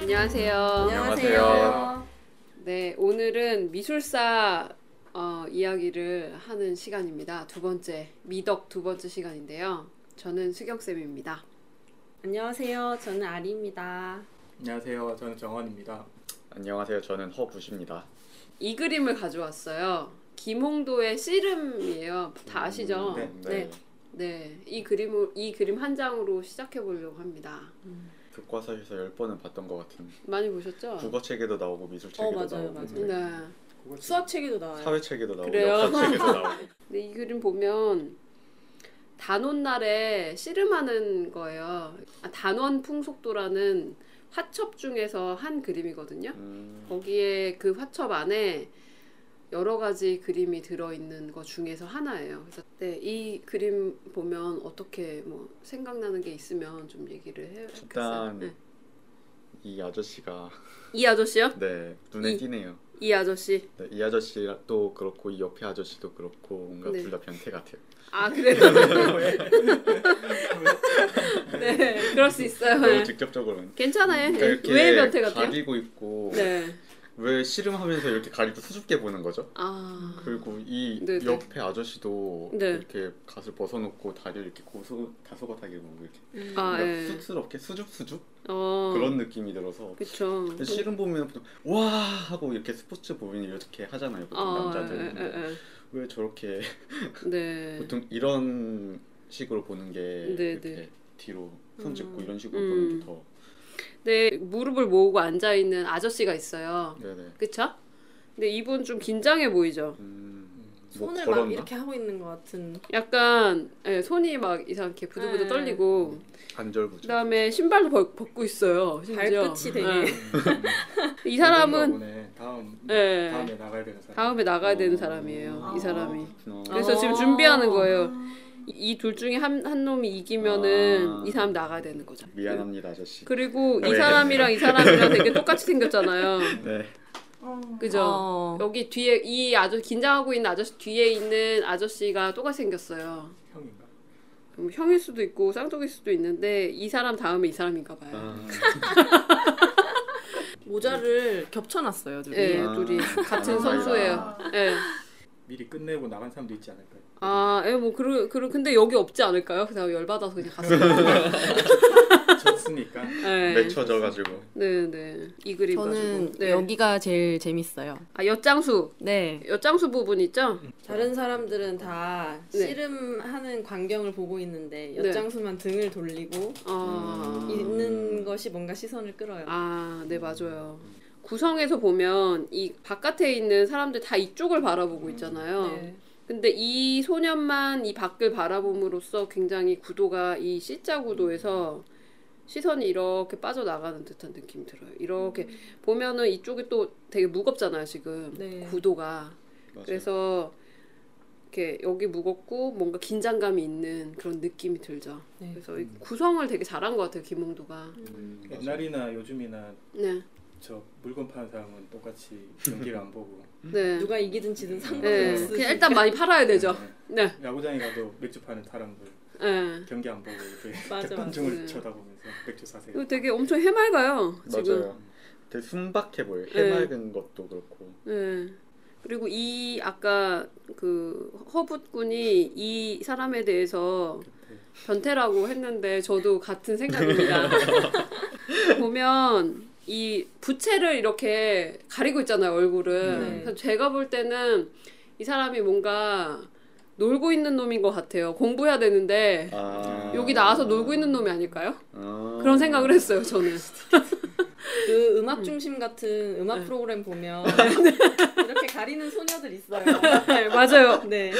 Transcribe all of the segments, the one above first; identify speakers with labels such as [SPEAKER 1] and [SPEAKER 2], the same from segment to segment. [SPEAKER 1] 안녕하세요.
[SPEAKER 2] 안녕하세요.
[SPEAKER 1] 네, 오늘은 미술사 어, 이야기를 하는 시간입니다. 두 번째, 미덕 두 번째 시간인데요. 저는 수경쌤입니다.
[SPEAKER 3] 안녕하세요. 저는 아리입니다.
[SPEAKER 2] 안녕하세요. 저는 정원입니다.
[SPEAKER 4] 안녕하세요. 저는 허부십니다.
[SPEAKER 1] 이 그림을 가져왔어요. 김홍도의 씨름이에요. 다 아시죠?
[SPEAKER 2] 네.
[SPEAKER 1] 네. 네, 이 그림을 이 그림 한 장으로 시작해 보려고 합니다.
[SPEAKER 3] 음.
[SPEAKER 4] 교과서에서 열 번은 봤던 것 같은.
[SPEAKER 1] 많이 보셨죠?
[SPEAKER 4] 국어 책에도 나오고 미술 책에도
[SPEAKER 3] 맞아요,
[SPEAKER 4] 나오고 네.
[SPEAKER 3] 맞아요.
[SPEAKER 1] 네.
[SPEAKER 3] 수학 책에도 나와요.
[SPEAKER 4] 사회 책에도 나오고
[SPEAKER 1] 그래요?
[SPEAKER 4] 역사 책에도 나오고.
[SPEAKER 1] 근데 이 그림 보면 단원날에 씨름하는 거예요. 아, 단원 풍속도라는 화첩 중에서 한 그림이거든요.
[SPEAKER 4] 음,
[SPEAKER 1] 거기에 그 화첩 안에 여러 가지 그림이 들어있는 것 중에서 하나예요. 그래서 네, 이 그림 보면 어떻게 뭐 생각나는 게 있으면 좀 얘기를 해요. 네.
[SPEAKER 4] 일단 이 아저씨가
[SPEAKER 1] 이 아저씨요?
[SPEAKER 4] 네 눈에
[SPEAKER 1] 이-
[SPEAKER 4] 띄네요.
[SPEAKER 1] 이 아저씨.
[SPEAKER 4] 네, 이 아저씨도 그렇고 이 옆에 아저씨도 그렇고 뭔가
[SPEAKER 1] 네.
[SPEAKER 4] 둘 다 변태 같아요.
[SPEAKER 1] 아 그래요? 네, 그럴 수 있어요.
[SPEAKER 4] 너무 직접적으로는.
[SPEAKER 1] 괜찮아요.
[SPEAKER 4] 그러니까 이렇게
[SPEAKER 1] 왜 변태 같아요?
[SPEAKER 4] 가리고 있고
[SPEAKER 1] 네.
[SPEAKER 4] 왜 씨름하면서 이렇게 가리고 수줍게 보는 거죠?
[SPEAKER 1] 아.
[SPEAKER 4] 그리고 이
[SPEAKER 1] 네, 네.
[SPEAKER 4] 옆에 아저씨도
[SPEAKER 1] 네.
[SPEAKER 4] 이렇게 갓을 벗어놓고 다리를 이렇게 고소 다소곳하게 뭔가 이렇게
[SPEAKER 1] 아,
[SPEAKER 4] 뭔가
[SPEAKER 1] 예.
[SPEAKER 4] 쑥스럽게 수줍수줍
[SPEAKER 1] 어.
[SPEAKER 4] 그런 느낌이 들어서
[SPEAKER 1] 그쵸.
[SPEAKER 4] 실은 보면 보통 와 하고 이렇게 스포츠 보면 이렇게 하잖아요 보통
[SPEAKER 1] 어,
[SPEAKER 4] 남자들
[SPEAKER 1] 예,
[SPEAKER 4] 근데
[SPEAKER 1] 예,
[SPEAKER 4] 왜 저렇게
[SPEAKER 1] 예. 네.
[SPEAKER 4] 보통 이런 식으로 보는 게
[SPEAKER 1] 네,
[SPEAKER 4] 이렇게
[SPEAKER 1] 네.
[SPEAKER 4] 뒤로 손 짚고
[SPEAKER 1] 음.
[SPEAKER 4] 이런 식으로
[SPEAKER 1] 음.
[SPEAKER 4] 보는 게 더
[SPEAKER 1] 네, 무릎을 모으고 앉아 있는 아저씨가 있어요.
[SPEAKER 4] 네네
[SPEAKER 1] 그쵸? 근데 이분 좀 긴장해 보이죠.
[SPEAKER 4] 음, 뭐
[SPEAKER 3] 손을
[SPEAKER 4] 걸었나?
[SPEAKER 3] 막 이렇게 하고 있는 것 같은.
[SPEAKER 1] 약간 예, 손이 막 이상하게 부들부들
[SPEAKER 3] 예.
[SPEAKER 1] 떨리고
[SPEAKER 4] 관절부죠
[SPEAKER 1] 그다음에 신발도 벗, 벗고 있어요. 심지어.
[SPEAKER 3] 발끝이 되게-
[SPEAKER 1] 예. 이 사람은
[SPEAKER 2] 이번에 음. 다음
[SPEAKER 1] 네.
[SPEAKER 2] 다음에 나가야 되는 사람.
[SPEAKER 1] 다음에 나가야 되는
[SPEAKER 4] 어.
[SPEAKER 1] 사람이에요. 이
[SPEAKER 3] 아.
[SPEAKER 1] 사람이.
[SPEAKER 4] 그렇구나.
[SPEAKER 1] 그래서
[SPEAKER 3] 아.
[SPEAKER 1] 지금 준비하는 거예요. 이 둘 중에 한, 한 놈이 이기면은
[SPEAKER 4] 아.
[SPEAKER 1] 이 사람 나가야 되는 거죠.
[SPEAKER 4] 미안합니다 아저씨
[SPEAKER 1] 그리고 이
[SPEAKER 4] 네.
[SPEAKER 1] 사람이랑 이 사람이랑 되게 똑같이 생겼잖아요.
[SPEAKER 4] 네
[SPEAKER 1] 그죠?
[SPEAKER 3] 어.
[SPEAKER 1] 여기 뒤에 이 아저 긴장하고 있는 아저씨 뒤에 있는 아저씨가 똑같이 생겼어요.
[SPEAKER 2] 형인가?
[SPEAKER 1] 음, 형일 수도 있고 쌍둥이일 수도 있는데 이 사람 다음에 이 사람인가
[SPEAKER 3] 네.
[SPEAKER 1] 봐요.
[SPEAKER 4] 아,
[SPEAKER 3] 모자를 겹쳐놨어요. 둘이.
[SPEAKER 5] 네.
[SPEAKER 1] 예,
[SPEAKER 4] 아.
[SPEAKER 1] 둘이 같은
[SPEAKER 4] 아.
[SPEAKER 1] 선수예요. 예.
[SPEAKER 2] 미리 끝내고 나간 사람도 있지 않을까요?
[SPEAKER 1] 아, 예, 뭐 그러 그러 근데 여기 없지 않을까요? 그냥 열 받아서 그냥 갔어요.
[SPEAKER 2] 졌으니까.
[SPEAKER 1] 예.
[SPEAKER 4] 맺혀져가지고
[SPEAKER 1] 네, 네. 이 그림
[SPEAKER 5] 저는
[SPEAKER 1] 가지고. 네.
[SPEAKER 5] 여기가 제일 재밌어요.
[SPEAKER 1] 아, 엿장수.
[SPEAKER 5] 네.
[SPEAKER 1] 엿장수 부분 있죠?
[SPEAKER 3] 다른 사람들은 다
[SPEAKER 1] 네.
[SPEAKER 3] 씨름하는 광경을 보고 있는데
[SPEAKER 1] 네.
[SPEAKER 3] 엿장수만 등을 돌리고
[SPEAKER 1] 아.
[SPEAKER 4] 음.
[SPEAKER 3] 있는 것이 뭔가 시선을 끌어요.
[SPEAKER 1] 아, 네, 맞아요. 구성에서 보면 이 바깥에 있는 사람들 다 이쪽을 바라보고
[SPEAKER 5] 어.
[SPEAKER 1] 있잖아요.
[SPEAKER 3] 네.
[SPEAKER 1] 근데 이 소년만 이 밖을 바라봄으로써 굉장히 구도가 이 C자 구도에서 시선이 이렇게 빠져나가는 듯한 느낌이 들어요. 이렇게 보면은 이쪽이 또 되게 무겁잖아요, 지금.
[SPEAKER 3] 네.
[SPEAKER 1] 구도가.
[SPEAKER 4] 맞아요.
[SPEAKER 1] 그래서 이렇게 여기 무겁고 뭔가 긴장감이 있는 그런 느낌이 들죠.
[SPEAKER 3] 네.
[SPEAKER 1] 그래서 이 구성을 되게 잘한 것 같아요, 김홍도가.
[SPEAKER 4] 음, 맞아요.
[SPEAKER 2] 옛날이나 요즘이나
[SPEAKER 1] 네.
[SPEAKER 2] 저 물건 파는 사람은 똑같이 경기를 안 보고
[SPEAKER 1] 네.
[SPEAKER 3] 음. 누가 이기든 지든
[SPEAKER 1] 네.
[SPEAKER 3] 상관없이
[SPEAKER 1] 그냥 일단 많이 팔아야 되죠.
[SPEAKER 2] 네.
[SPEAKER 1] 네.
[SPEAKER 2] 야구장에 가도 맥주 파는 사람들
[SPEAKER 1] 네.
[SPEAKER 2] 경기 안 보고 이렇게
[SPEAKER 3] 맞아,
[SPEAKER 2] 객관중을
[SPEAKER 1] 맞아. 네.
[SPEAKER 2] 쳐다보면서 맥주 사세요.
[SPEAKER 1] 이거 되게 엄청 해맑아요. 지금.
[SPEAKER 4] 맞아요 되게 순박해 보여 해맑은 것도 그렇고
[SPEAKER 1] 네. 그리고 이 아까 그 허붓군이 이 사람에 대해서
[SPEAKER 2] 네.
[SPEAKER 1] 변태라고 했는데 저도 같은 생각입니다. 보면 이 부채를 이렇게 가리고 있잖아요 얼굴을.
[SPEAKER 3] 네.
[SPEAKER 1] 그래서 제가 볼 때는 이 사람이 뭔가 놀고 있는 놈인 것 같아요. 공부해야 되는데
[SPEAKER 4] 아.
[SPEAKER 1] 여기 나와서 놀고 있는 놈이 아닐까요?
[SPEAKER 4] 아.
[SPEAKER 1] 그런 생각을 했어요 저는.
[SPEAKER 3] 그 음악 중심 같은 음악 프로그램 보면 이렇게 가리는 소녀들 있어요.
[SPEAKER 1] 네, 맞아요.
[SPEAKER 3] 네.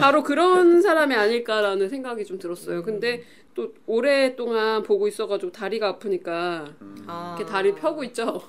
[SPEAKER 1] 바로 그런 사람이 아닐까라는 생각이 좀 들었어요.
[SPEAKER 4] 음.
[SPEAKER 1] 근데 또 오랫동안 보고 있어가지고 다리가 아프니까
[SPEAKER 3] 아.
[SPEAKER 1] 이렇게 다리 펴고 있죠.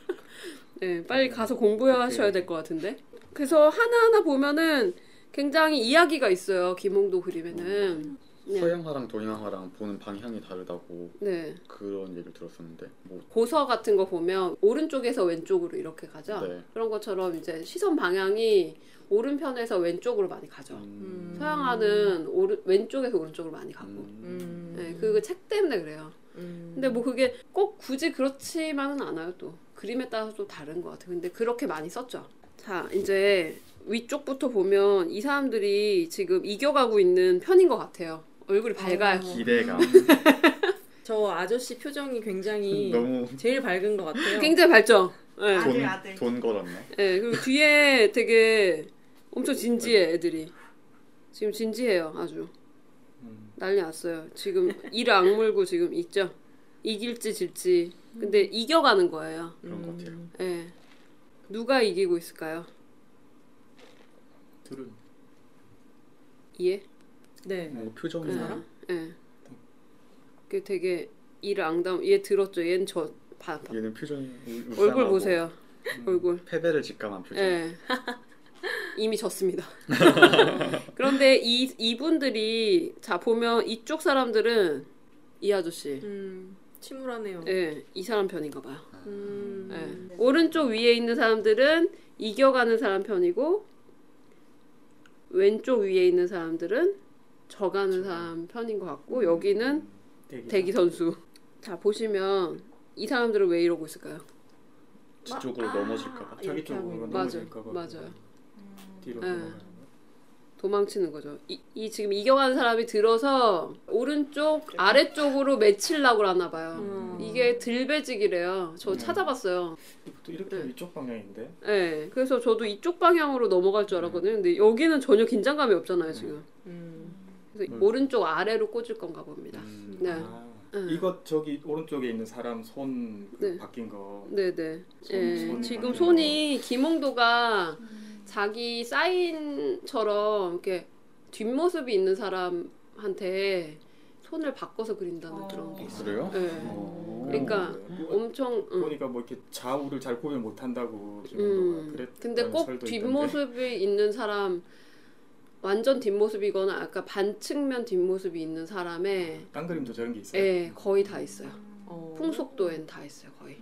[SPEAKER 1] 네, 빨리 가서 공부하셔야 될 것 같은데. 그래서 하나하나 보면은 굉장히 이야기가 있어요. 김홍도 그림에는. 네.
[SPEAKER 4] 서양화랑 동양화랑 보는 방향이 다르다고
[SPEAKER 1] 네.
[SPEAKER 4] 그런 얘기를 들었었는데 뭐
[SPEAKER 1] 고서 같은 거 보면 오른쪽에서 왼쪽으로 이렇게 가죠.
[SPEAKER 4] 네.
[SPEAKER 1] 그런 것처럼 이제 시선 방향이 오른편에서 왼쪽으로 많이 가죠.
[SPEAKER 4] 음.
[SPEAKER 1] 서양화는 오른, 왼쪽에서 오른쪽으로 많이 가고.
[SPEAKER 4] 음.
[SPEAKER 3] 음.
[SPEAKER 1] 네, 그책 때문에 그래요.
[SPEAKER 3] 음.
[SPEAKER 1] 근데 뭐 그게 꼭 굳이 그렇지만은 않아요 또 그림에 따라서 또 다른 것 같아요 근데 그렇게 많이 썼죠 자 이제 위쪽부터 보면 이 사람들이 지금 이겨가고 있는 편인 것 같아요 얼굴이 밝아요
[SPEAKER 3] 어.
[SPEAKER 4] 기대감
[SPEAKER 1] 음.
[SPEAKER 3] 저 아저씨 표정이 굉장히
[SPEAKER 4] 너무
[SPEAKER 3] 제일 밝은 것 같아요.
[SPEAKER 1] 굉장히 밝죠 예.
[SPEAKER 4] 돈,
[SPEAKER 5] 아들.
[SPEAKER 4] 돈 걸었네
[SPEAKER 1] 예, 그리고 뒤에 되게 엄청 진지해 애들이 지금 진지해요 아주
[SPEAKER 2] 음,
[SPEAKER 1] 난리 났어요 지금 이를 악물고 지금 있죠 이길지 질지 근데 이겨가는 거예요
[SPEAKER 4] 그런 것 같아요.
[SPEAKER 3] 음.
[SPEAKER 1] 예. 누가 이기고 있을까요?
[SPEAKER 2] 둘은
[SPEAKER 1] 예?
[SPEAKER 3] 네.
[SPEAKER 2] 뭐
[SPEAKER 4] 뭔가
[SPEAKER 1] 예.
[SPEAKER 4] 표정이나
[SPEAKER 3] 사람?
[SPEAKER 1] 예. 그 되게 이를 앙담 얘 들었죠. 얘는 저 봐, 봐.
[SPEAKER 4] 얘는 표정이 우- 우상하고 음.
[SPEAKER 1] 얼굴 보세요. 얼굴.
[SPEAKER 4] 패배를 직감한 표정
[SPEAKER 1] 예. 이미 졌습니다. 그런데 이 이분들이 자 보면 이쪽 사람들은 이 아저씨.
[SPEAKER 3] 음, 침울하네요.
[SPEAKER 1] 예. 이 사람 편인가 봐요.
[SPEAKER 3] 음.
[SPEAKER 1] 예. 오른쪽 위에 있는 사람들은 이겨가는 사람 편이고 왼쪽 위에 있는 사람들은 져가는 사람 편인 것 같고 여기는
[SPEAKER 2] 음, 대기,
[SPEAKER 1] 대기 선수. 자 보시면 이 사람들은 왜 이러고 있을까요?
[SPEAKER 4] 지쪽으로
[SPEAKER 3] 아,
[SPEAKER 4] 넘어질까 봐
[SPEAKER 2] 자기
[SPEAKER 3] 이렇게 하고
[SPEAKER 2] 쪽으로
[SPEAKER 3] 있는-
[SPEAKER 1] 맞아,
[SPEAKER 2] 넘어질까 봐
[SPEAKER 1] 맞아요.
[SPEAKER 2] 뒤로
[SPEAKER 1] 네.
[SPEAKER 2] 넘어가는 거.
[SPEAKER 1] 도망치는 거죠. 이, 이 지금 이겨가는 사람이 들어서 오른쪽 아래쪽으로 맺히려고 하나 봐요.
[SPEAKER 3] 음.
[SPEAKER 1] 이게 들배지기래요. 저
[SPEAKER 2] 음.
[SPEAKER 1] 찾아봤어요.
[SPEAKER 2] 또 이렇게
[SPEAKER 1] 네.
[SPEAKER 2] 이쪽 방향인데
[SPEAKER 1] 네, 그래서 저도 이쪽 방향으로 넘어갈 줄 알았거든요. 근데 여기는 전혀 긴장감이 없잖아요 지금.
[SPEAKER 3] 음.
[SPEAKER 1] 그래서
[SPEAKER 2] 음.
[SPEAKER 1] 오른쪽 아래로 꽂을 건가 봅니다. 네.
[SPEAKER 2] 아,
[SPEAKER 1] 음.
[SPEAKER 2] 음. 이거 저기 오른쪽에 있는 사람 손
[SPEAKER 1] 네.
[SPEAKER 2] 바뀐 거
[SPEAKER 1] 네네.
[SPEAKER 2] 손-
[SPEAKER 1] 예,
[SPEAKER 2] 손이
[SPEAKER 1] 지금
[SPEAKER 2] 바뀌는
[SPEAKER 1] 손이 김홍도가 자기 사인처럼 이렇게 뒷모습이 있는 사람한테 손을 바꿔서 그린다는
[SPEAKER 5] 어.
[SPEAKER 1] 그런 게 있어요.
[SPEAKER 4] 그래요?
[SPEAKER 1] 예.
[SPEAKER 4] 어.
[SPEAKER 1] 그러니까 엄청 응.
[SPEAKER 2] 보니까 뭐 이렇게 좌우를 잘 구별 못 한다고 뭐
[SPEAKER 1] 음. 근데 꼭 뒷모습이 있는 사람 완전 뒷모습이거나 아까 반측면 뒷모습이 있는 사람의
[SPEAKER 2] 땅 그림도 저런 게 있어요.
[SPEAKER 1] 예, 거의 다 있어요.
[SPEAKER 3] 어.
[SPEAKER 1] 풍속도엔 다 있어요, 거의.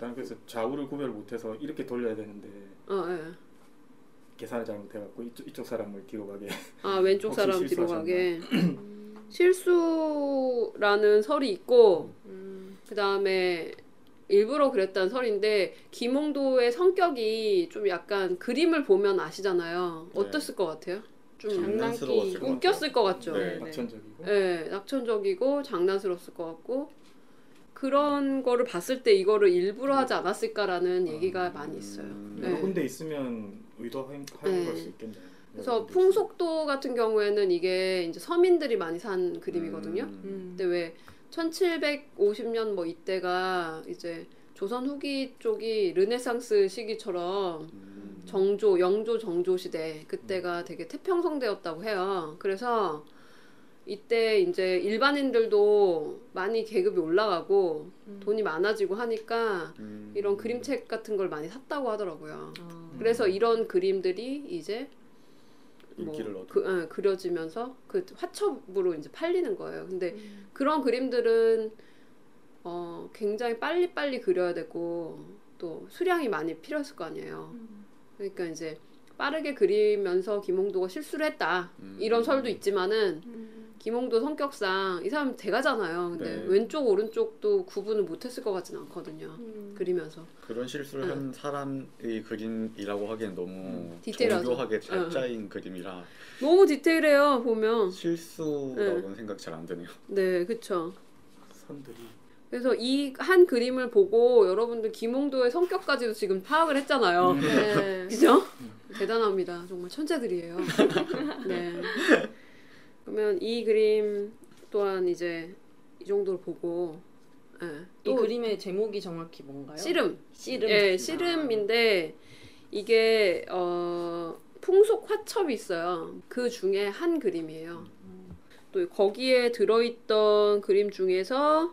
[SPEAKER 2] 나는 그래서 좌우를 구별 못해서 이렇게 돌려야 되는데
[SPEAKER 1] 어, 예.
[SPEAKER 2] 계산을 잘못해갖고 이쪽, 이쪽 사람을 뒤로 가게.
[SPEAKER 1] 아 왼쪽
[SPEAKER 2] 혹시
[SPEAKER 1] 사람 뒤로
[SPEAKER 2] 실수하셨나?
[SPEAKER 1] 가게 실수라는 설이 있고
[SPEAKER 3] 음.
[SPEAKER 1] 그 다음에 일부러 그랬다는 설인데 김홍도의 성격이 좀 약간 그림을 보면 아시잖아요
[SPEAKER 4] 네.
[SPEAKER 1] 어땠을 것 같아요? 좀
[SPEAKER 4] 장난스러웠을 것 같아요.
[SPEAKER 1] 음, 웃겼을 것 같죠? 네.
[SPEAKER 4] 네.
[SPEAKER 2] 낙천적이고
[SPEAKER 1] 낙천적이고 장난스러웠을 것 같고 그런 거를 봤을 때 이거를 일부러 하지 않았을까라는 얘기가 많이 있어요
[SPEAKER 4] 음.
[SPEAKER 2] 여러
[SPEAKER 1] 네.
[SPEAKER 2] 군데 있으면 의도하는
[SPEAKER 1] 네.
[SPEAKER 2] 걸수 있겠네요. 여러
[SPEAKER 1] 그래서
[SPEAKER 2] 군데
[SPEAKER 1] 풍속도 같은 경우에는 이게 이제 서민들이 많이 산 그림이거든요
[SPEAKER 4] 음.
[SPEAKER 3] 음.
[SPEAKER 1] 근데 왜 1750년 뭐 이때가 이제 조선 후기 쪽이 르네상스 시기처럼
[SPEAKER 4] 음.
[SPEAKER 1] 정조, 영조, 정조 시대 그때가 되게 태평성대였다고 해요. 그래서 이때 이제 일반인들도 많이 계급이 올라가고
[SPEAKER 3] 음.
[SPEAKER 1] 돈이 많아지고 하니까
[SPEAKER 4] 음.
[SPEAKER 1] 이런 그림책 같은 걸 많이 샀다고 하더라고요.
[SPEAKER 3] 아.
[SPEAKER 1] 그래서 이런 그림들이 이제 뭐
[SPEAKER 4] 인기를 얻고
[SPEAKER 1] 그, 예, 그려지면서 그 화첩으로 이제 팔리는 거예요. 근데
[SPEAKER 3] 음.
[SPEAKER 1] 그런 그림들은 어, 굉장히 빨리빨리 그려야 되고 또 수량이 많이 필요했을 거
[SPEAKER 3] 음.
[SPEAKER 1] 아니에요. 그러니까 이제 빠르게 그리면서 김홍도가 실수를 했다
[SPEAKER 4] 음.
[SPEAKER 1] 이런 설도 있지만은
[SPEAKER 3] 음.
[SPEAKER 1] 김홍도 성격상 이 사람 대가잖아요. 근데
[SPEAKER 4] 네.
[SPEAKER 1] 왼쪽 오른쪽도 구분을 못했을 것 같진 않거든요.
[SPEAKER 3] 음.
[SPEAKER 1] 그리면서
[SPEAKER 4] 그런 실수를
[SPEAKER 1] 응.
[SPEAKER 4] 한 사람의 그림이라고 하기엔 너무
[SPEAKER 2] 음,
[SPEAKER 1] 음. 디테일하죠.
[SPEAKER 4] 정교하게
[SPEAKER 1] 응.
[SPEAKER 4] 잘 짜인 그림이라
[SPEAKER 1] 너무 디테일해요 보면.
[SPEAKER 4] 실수라고는
[SPEAKER 1] 음.
[SPEAKER 4] 생각 잘 안 되네요.
[SPEAKER 1] 네, 그쵸.
[SPEAKER 2] 선들이
[SPEAKER 1] 그래서 이 한 그림을 보고 여러분들 김홍도의 성격까지도 지금 파악을 했잖아요.
[SPEAKER 3] 네.
[SPEAKER 1] 그죠? 대단합니다. 정말 천재들이에요. 네. 그러면 이 그림 또한 이제 이 정도로 보고 예.
[SPEAKER 3] 이
[SPEAKER 1] 또
[SPEAKER 3] 그림의 제목이 정확히 뭔가요?
[SPEAKER 1] 씨름.
[SPEAKER 3] 씨름.
[SPEAKER 1] 예, 씨름인데 이게 어 풍속 화첩이 있어요. 그 중에 한 그림이에요. 또 거기에 들어있던 그림 중에서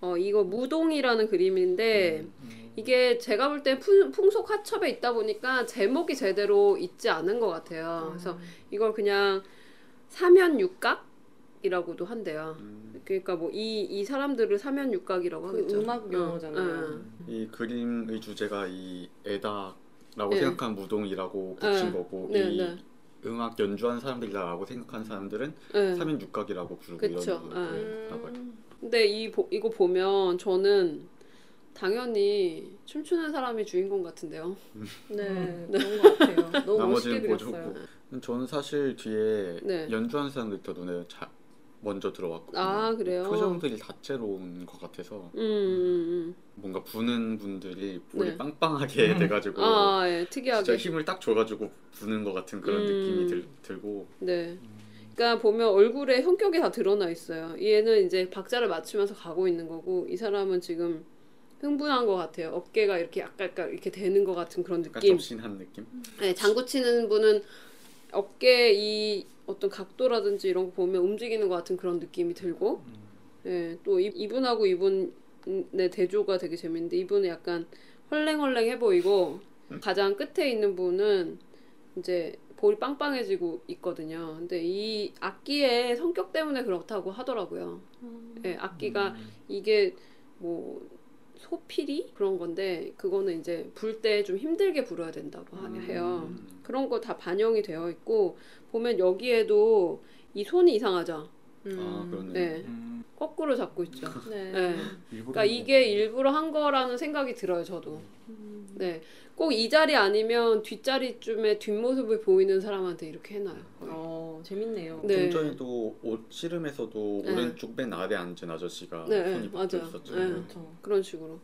[SPEAKER 1] 어 이거 무동이라는 그림인데
[SPEAKER 2] 음,
[SPEAKER 1] 예. 이게 제가 볼 때 풍속 화첩에 있다 보니까 제목이 제대로 있지 않은 것
[SPEAKER 3] 음.
[SPEAKER 1] 같아요. 그래서 이걸 그냥 사면육각이라고도 한대요.
[SPEAKER 4] 음.
[SPEAKER 1] 그러니까 뭐 이 이 사람들을 사면육각이라고
[SPEAKER 3] 그
[SPEAKER 1] 하겠죠.
[SPEAKER 3] 음악 용어잖아요.
[SPEAKER 1] 응, 응.
[SPEAKER 4] 이 그림의 주제가 이 에다라고
[SPEAKER 1] 네.
[SPEAKER 4] 생각한 무동이라고 붙인
[SPEAKER 1] 네.
[SPEAKER 4] 거고
[SPEAKER 1] 네,
[SPEAKER 4] 이
[SPEAKER 1] 네.
[SPEAKER 4] 음악 연주한 사람들이라고 생각한 사람들은
[SPEAKER 1] 응.
[SPEAKER 4] 삼인 육각이라고 부르고
[SPEAKER 1] 네. 그쵸.
[SPEAKER 3] 음.
[SPEAKER 4] 이런
[SPEAKER 1] 네.
[SPEAKER 4] 거라고 해요.
[SPEAKER 1] 근데 이 보- 이거 보면 저는 당연히 춤추는 사람이 주인공 같은데요.
[SPEAKER 3] 네 그런 것 같아요. 너무 멋있게
[SPEAKER 4] 나머지는
[SPEAKER 3] 그렸어요.
[SPEAKER 4] 보조고. 저는 사실 뒤에
[SPEAKER 1] 네.
[SPEAKER 4] 연주하는 사람들이 더 눈에 자, 먼저 들어왔고
[SPEAKER 1] 아, 그래요?
[SPEAKER 4] 음, 뭐 표정들이 다채로운 것 같아서
[SPEAKER 1] 음, 음,
[SPEAKER 4] 뭔가 부는 분들이 볼이
[SPEAKER 1] 네.
[SPEAKER 4] 빵빵하게 돼가지고
[SPEAKER 1] 음. 아, 예,
[SPEAKER 4] 어, 진짜
[SPEAKER 1] 특이하게.
[SPEAKER 4] 힘을 딱 줘가지고 부는 것 같은 그런
[SPEAKER 1] 음.
[SPEAKER 4] 느낌이 들, 들고
[SPEAKER 1] 네.
[SPEAKER 4] 음.
[SPEAKER 1] 그러니까 보면 얼굴에 형격이 다 드러나 있어요. 얘는 이제 박자를 맞추면서 가고 있는 거고 이 사람은 지금 흥분한 것 같아요. 어깨가 이렇게 약간 약간 이렇게 되는 것 같은 그런
[SPEAKER 4] 약간
[SPEAKER 1] 느낌.
[SPEAKER 4] 접신한 느낌?
[SPEAKER 1] 네, 장구 치는 분은 어깨 이 어떤 각도라든지 이런 거 보면 움직이는 것 같은 그런 느낌이 들고, 예, 또 이, 이분하고 이분의 대조가 되게 재밌는데 이분은 약간 헐랭헐랭해 보이고 가장 끝에 있는 분은 이제 볼이 빵빵해지고 있거든요. 근데 이 악기의 성격 때문에 그렇다고 하더라고요.
[SPEAKER 3] 음. 네.
[SPEAKER 1] 예,
[SPEAKER 2] 음.
[SPEAKER 1] 악기가 이게 뭐 소필이 그런 건데 그거는 이제 불 때 좀 힘들게 불어야 된다고 하- 해요.
[SPEAKER 4] 음.
[SPEAKER 1] 그런 거 다 반영이 되어 있고 보면 여기에도 이 손이 이상하죠.
[SPEAKER 4] 아
[SPEAKER 3] 음.
[SPEAKER 4] 그러네
[SPEAKER 1] 네, 거꾸로 잡고 있죠.
[SPEAKER 3] 네.
[SPEAKER 1] 네. 그러니까 이게 일부러 한 거라는 생각이 들어요, 저도.
[SPEAKER 3] 음.
[SPEAKER 1] 네, 꼭 이 자리 아니면 뒷자리쯤에 뒷모습을 보이는 사람한테 이렇게 해놔요. 거의.
[SPEAKER 3] 어 재밌네요.
[SPEAKER 1] 네.
[SPEAKER 4] 좀 전에도 옷 씨름에서도
[SPEAKER 1] 네.
[SPEAKER 4] 오른쪽 맨 아래 앉은 아저씨가
[SPEAKER 1] 네,
[SPEAKER 4] 손이
[SPEAKER 1] 네,
[SPEAKER 4] 박혀
[SPEAKER 1] 맞아요.
[SPEAKER 4] 있었죠
[SPEAKER 1] 네.
[SPEAKER 3] 그렇죠.
[SPEAKER 1] 그런 식으로.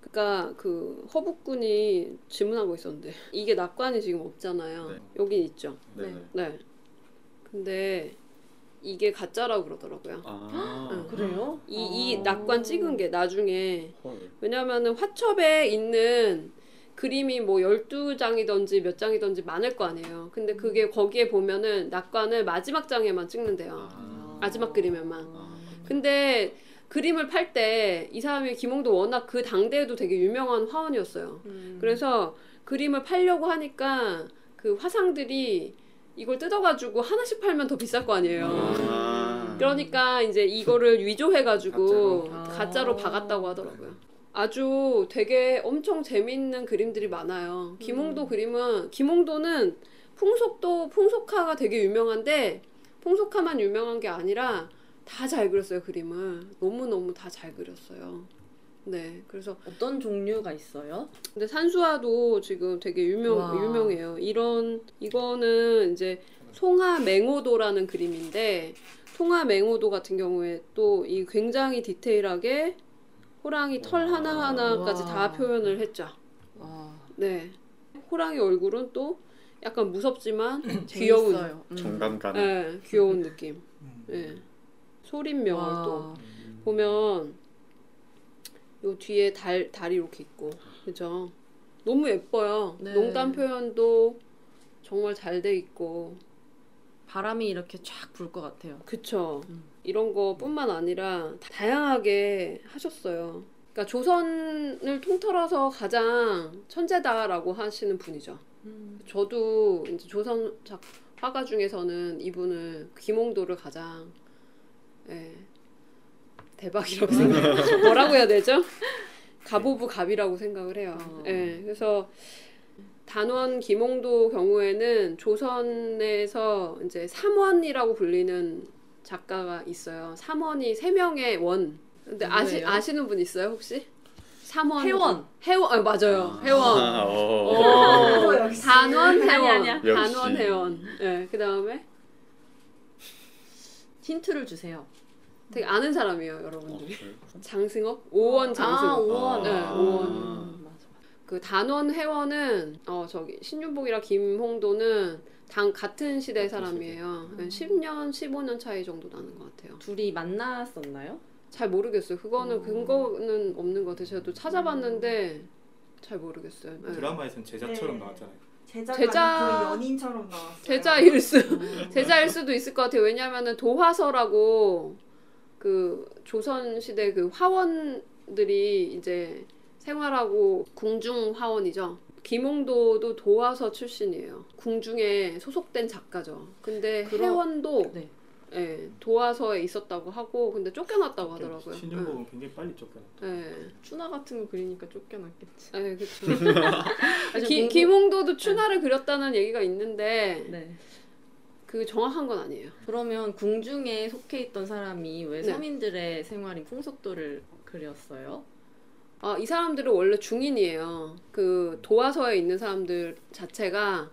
[SPEAKER 1] 그러니까 그 허북군이 질문하고 있었는데 이게 낙관이 지금 없잖아요.
[SPEAKER 4] 네.
[SPEAKER 1] 여긴 있죠.
[SPEAKER 4] 네네
[SPEAKER 1] 네. 근데 이게 가짜라고 네, 그러더라고요.
[SPEAKER 4] 아
[SPEAKER 3] 음, 그래요?
[SPEAKER 1] 이, 이
[SPEAKER 3] 어.
[SPEAKER 1] 낙관 찍은 게 나중에
[SPEAKER 4] 헐
[SPEAKER 1] 왜냐면은 화첩에 있는 그림이 뭐 12장이든지 몇 장이든지 많을 거 아니에요. 근데 그게 거기에 보면은 낙관을 마지막 장에만 찍는데요.
[SPEAKER 4] 아.
[SPEAKER 1] 마지막 그림에만.
[SPEAKER 4] 아.
[SPEAKER 1] 근데 그림을 팔 때 이 사람이 김홍도 워낙 그 당대에도 되게 유명한 화원이었어요.
[SPEAKER 3] 음.
[SPEAKER 1] 그래서 그림을 팔려고 하니까 그 화상들이 이걸 뜯어가지고 하나씩 팔면 더 비쌀 거 아니에요.
[SPEAKER 4] 아.
[SPEAKER 1] 그러니까 이제 이거를 위조해가지고
[SPEAKER 3] 가짜로?
[SPEAKER 1] 가짜로,
[SPEAKER 3] 아.
[SPEAKER 1] 박았다고 하더라고요. 아주 되게 엄청 재밌는 그림들이 많아요. 김홍도 그림은 김홍도는 풍속도 풍속화가 되게 유명한데 풍속화만 유명한 게 아니라 다 잘 그렸어요 그림을 너무 너무 다 잘 그렸어요. 네, 그래서
[SPEAKER 3] 어떤 종류가 있어요?
[SPEAKER 1] 근데 산수화도 지금 되게 유명
[SPEAKER 3] 와.
[SPEAKER 1] 유명해요. 이런 이거는 이제 송하 맹호도라는 그림인데 송하 맹호도 같은 경우에 또 이 굉장히 디테일하게 호랑이 털
[SPEAKER 4] 와.
[SPEAKER 1] 하나 하나까지
[SPEAKER 3] 와.
[SPEAKER 1] 다 표현을 했죠.
[SPEAKER 3] 와,
[SPEAKER 1] 네, 호랑이 얼굴은 또 약간
[SPEAKER 3] 음,
[SPEAKER 1] 무섭지만 귀여운,
[SPEAKER 3] 귀여운
[SPEAKER 4] 정감 가는
[SPEAKER 1] 네, 귀여운 느낌.
[SPEAKER 2] 음.
[SPEAKER 1] 네. 소림명을 또
[SPEAKER 3] 명월도
[SPEAKER 1] 보면 요 뒤에 달 달이 이렇게 있고 그죠? 너무 예뻐요.
[SPEAKER 3] 네.
[SPEAKER 1] 농담 표현도 정말 잘 돼 있고
[SPEAKER 3] 바람이 이렇게 쫙 불 것 같아요.
[SPEAKER 1] 그쵸?
[SPEAKER 3] 음.
[SPEAKER 1] 이런 거뿐만 아니라 다양하게 하셨어요. 그러니까 조선을 통틀어서 가장 천재다라고 하시는 분이죠.
[SPEAKER 3] 음.
[SPEAKER 1] 저도 이제 조선 작 화가 중에서는 이분을 김홍도를 가장 예, 대박이라고 생각해요. 뭐라고 해야 되죠? 갑오브 갑이라고 생각을 해요.
[SPEAKER 3] 어.
[SPEAKER 1] 예, 그래서 단원 김홍도 경우에는 조선에서 이제 삼원이라고 불리는 작가가 있어요. 삼원이 세 명의 원. 근데 아시,
[SPEAKER 3] 누구예요?
[SPEAKER 1] 아시는 분 있어요 혹시? 삼원
[SPEAKER 3] 회원.
[SPEAKER 1] 회원 아, 맞아요 회원
[SPEAKER 4] 아, 어.
[SPEAKER 1] 오,
[SPEAKER 3] 역시.
[SPEAKER 1] 단원 회원.
[SPEAKER 3] 아니, 아니야.
[SPEAKER 4] 역시.
[SPEAKER 1] 단원 회원. 예, 그 다음에
[SPEAKER 3] 힌트를 주세요.
[SPEAKER 1] 되게 아는 사람이에요,
[SPEAKER 4] 어,
[SPEAKER 1] 여러분들이.
[SPEAKER 4] 그래요?
[SPEAKER 1] 장승업? 오원
[SPEAKER 3] 아,
[SPEAKER 1] 장승업.
[SPEAKER 3] 5원.
[SPEAKER 1] 네,
[SPEAKER 4] 오원.
[SPEAKER 3] 맞아. 맞아.
[SPEAKER 1] 그 단원 회원은, 어, 저기, 신윤복이랑 김홍도는 당 같은 시대
[SPEAKER 4] 같은
[SPEAKER 1] 사람이에요.
[SPEAKER 3] 시대.
[SPEAKER 1] 네, 10년, 15년 차이 정도 나는 것 같아요.
[SPEAKER 3] 둘이 만났었나요?
[SPEAKER 1] 잘 모르겠어요. 그거는
[SPEAKER 3] 음.
[SPEAKER 1] 근거는 없는 것 같아요. 제가 또 찾아봤는데 잘 모르겠어요. 네.
[SPEAKER 2] 그 드라마에선 제자처럼
[SPEAKER 5] 네.
[SPEAKER 2] 나왔잖아요.
[SPEAKER 5] 제자가
[SPEAKER 1] 제자-
[SPEAKER 5] 거의 그 연인처럼 나왔어요.
[SPEAKER 1] 제자일 수
[SPEAKER 3] 음.
[SPEAKER 1] 제자일 수도 있을 것 같아요. 왜냐하면은 도화서라고 그 조선 시대 그 화원들이 이제 생활하고 궁중 화원이죠. 김홍도도 도화서 출신이에요. 궁중에 소속된 작가죠. 근데
[SPEAKER 3] 그럼-
[SPEAKER 1] 회원도
[SPEAKER 3] 네.
[SPEAKER 1] 예, 도화서에 있었다고 하고 근데 쫓겨났다고 하더라고요.
[SPEAKER 2] 그렇죠.
[SPEAKER 1] 네.
[SPEAKER 2] 신윤복은 굉장히 빨리 쫓겨났다.
[SPEAKER 1] 예. 예.
[SPEAKER 3] 추나 같은 거 그리니까 쫓겨났겠지.
[SPEAKER 1] 예, 그쵸. 아, 김, 김홍도도 추나를 그렸다는 얘기가 있는데,
[SPEAKER 3] 네.
[SPEAKER 1] 그게 정확한 건 아니에요.
[SPEAKER 3] 그러면 궁중에 속해 있던 사람이 왜
[SPEAKER 1] 네.
[SPEAKER 3] 서민들의 생활인 풍속도를 그렸어요?
[SPEAKER 1] 아, 이 사람들은 원래 중인이에요. 그 도화서에 있는 사람들 자체가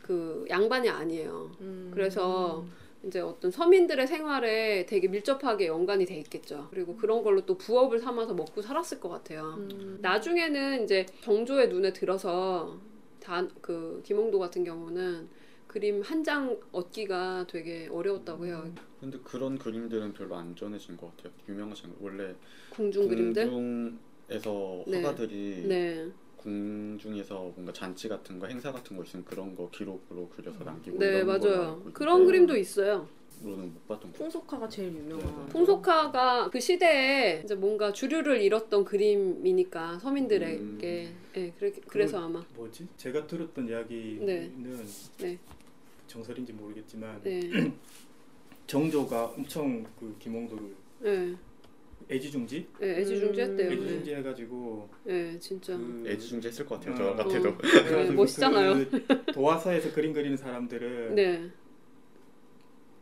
[SPEAKER 1] 그 양반이 아니에요.
[SPEAKER 3] 음.
[SPEAKER 1] 그래서 이제 어떤 서민들의 생활에 되게 밀접하게 연관이 돼 있겠죠. 그리고 그런 걸로 또 부업을 삼아서 먹고 살았을 것 같아요.
[SPEAKER 3] 음.
[SPEAKER 1] 나중에는 이제 경조의 눈에 들어서 단 그 김홍도 같은 경우는 그림 한 장 얻기가 되게 어려웠다고 해요.
[SPEAKER 4] 근데 그런 그림들은 별로 안 전해진 것 같아요. 유명하신 거. 원래
[SPEAKER 1] 궁중 그림들.
[SPEAKER 4] 궁중에서
[SPEAKER 1] 네.
[SPEAKER 4] 화가들이
[SPEAKER 1] 네.
[SPEAKER 4] 궁중에서 뭔가 잔치 같은 거 행사 같은 거 있으면 그런 거 기록으로 그려서 뭐 남기고
[SPEAKER 1] 네,
[SPEAKER 4] 이런 걸로
[SPEAKER 1] 맞아요.
[SPEAKER 4] 알고
[SPEAKER 1] 그런
[SPEAKER 4] 있는데
[SPEAKER 1] 그림도 있어요.
[SPEAKER 4] 로는 못 봤던 거.
[SPEAKER 3] 풍속화가 제일 유명한.
[SPEAKER 4] 네.
[SPEAKER 1] 풍속화가 그 시대에 이제 뭔가 주류를 잃었던 그림이니까 서민들에게
[SPEAKER 4] 음.
[SPEAKER 1] 예, 그래, 그래서
[SPEAKER 2] 음.
[SPEAKER 1] 아마
[SPEAKER 2] 뭐지? 제가 들었던 이야기는
[SPEAKER 1] 네.
[SPEAKER 2] 정설인지 모르겠지만
[SPEAKER 1] 네,
[SPEAKER 2] 정조가 엄청 그 김홍도를
[SPEAKER 1] 예,
[SPEAKER 2] 애지중지,
[SPEAKER 1] 예, 애지중지했대요.
[SPEAKER 3] 음.
[SPEAKER 1] 예,
[SPEAKER 2] 애지중지 해가지고
[SPEAKER 1] 예, 진짜.
[SPEAKER 2] 그
[SPEAKER 4] 애지중지했을 것 같아요.
[SPEAKER 2] 어.
[SPEAKER 4] 저 같아도.
[SPEAKER 1] 어.
[SPEAKER 2] 그래가지고
[SPEAKER 1] 네, 멋있잖아요.
[SPEAKER 2] 그 도화사에서 그림 그리는 사람들을
[SPEAKER 1] 네,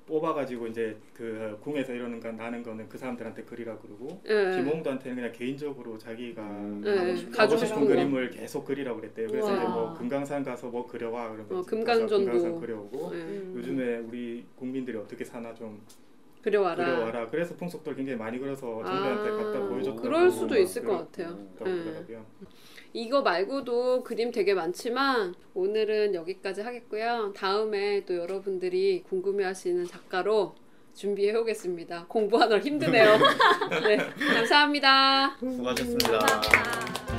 [SPEAKER 2] 뽑아가지고 이제 그 궁에서 이러는 건 나는 거는 그 사람들한테 그리라 그러고
[SPEAKER 1] 예,
[SPEAKER 2] 김홍도한테는 그냥 개인적으로 자기가
[SPEAKER 4] 음.
[SPEAKER 1] 예,
[SPEAKER 3] 하고
[SPEAKER 1] 예,
[SPEAKER 3] 싶은
[SPEAKER 2] 가고
[SPEAKER 1] 가지고
[SPEAKER 2] 싶은
[SPEAKER 1] 싶은
[SPEAKER 3] 거.
[SPEAKER 1] 거.
[SPEAKER 2] 그림을 계속 그리라고 그랬대요. 그래서
[SPEAKER 3] 우와.
[SPEAKER 2] 이제 뭐 금강산 가서 뭐 그려와 그러면
[SPEAKER 1] 어,
[SPEAKER 2] 가서
[SPEAKER 1] 금강전도.
[SPEAKER 2] 금강산 그려오고
[SPEAKER 1] 예,
[SPEAKER 3] 음.
[SPEAKER 2] 요즘에 우리 국민들이 어떻게 사나 좀
[SPEAKER 1] 그려와라.
[SPEAKER 2] 그려와라. 그래서 풍속도를 굉장히 많이 그려서 정부한테
[SPEAKER 1] 아,
[SPEAKER 2] 갖다 보여줬다고
[SPEAKER 1] 그럴 수도 있을 것
[SPEAKER 2] 그러-
[SPEAKER 1] 같아요.
[SPEAKER 2] 그랬다고
[SPEAKER 1] 예.
[SPEAKER 2] 그러더라고요.
[SPEAKER 1] 이거 말고도 그림 되게 많지만 오늘은 여기까지 하겠고요. 다음에 또 여러분들이 궁금해하시는 작가로 준비해 오겠습니다. 공부하느라 힘드네요. 네, 감사합니다.
[SPEAKER 4] 수고하셨습니다.
[SPEAKER 3] 아.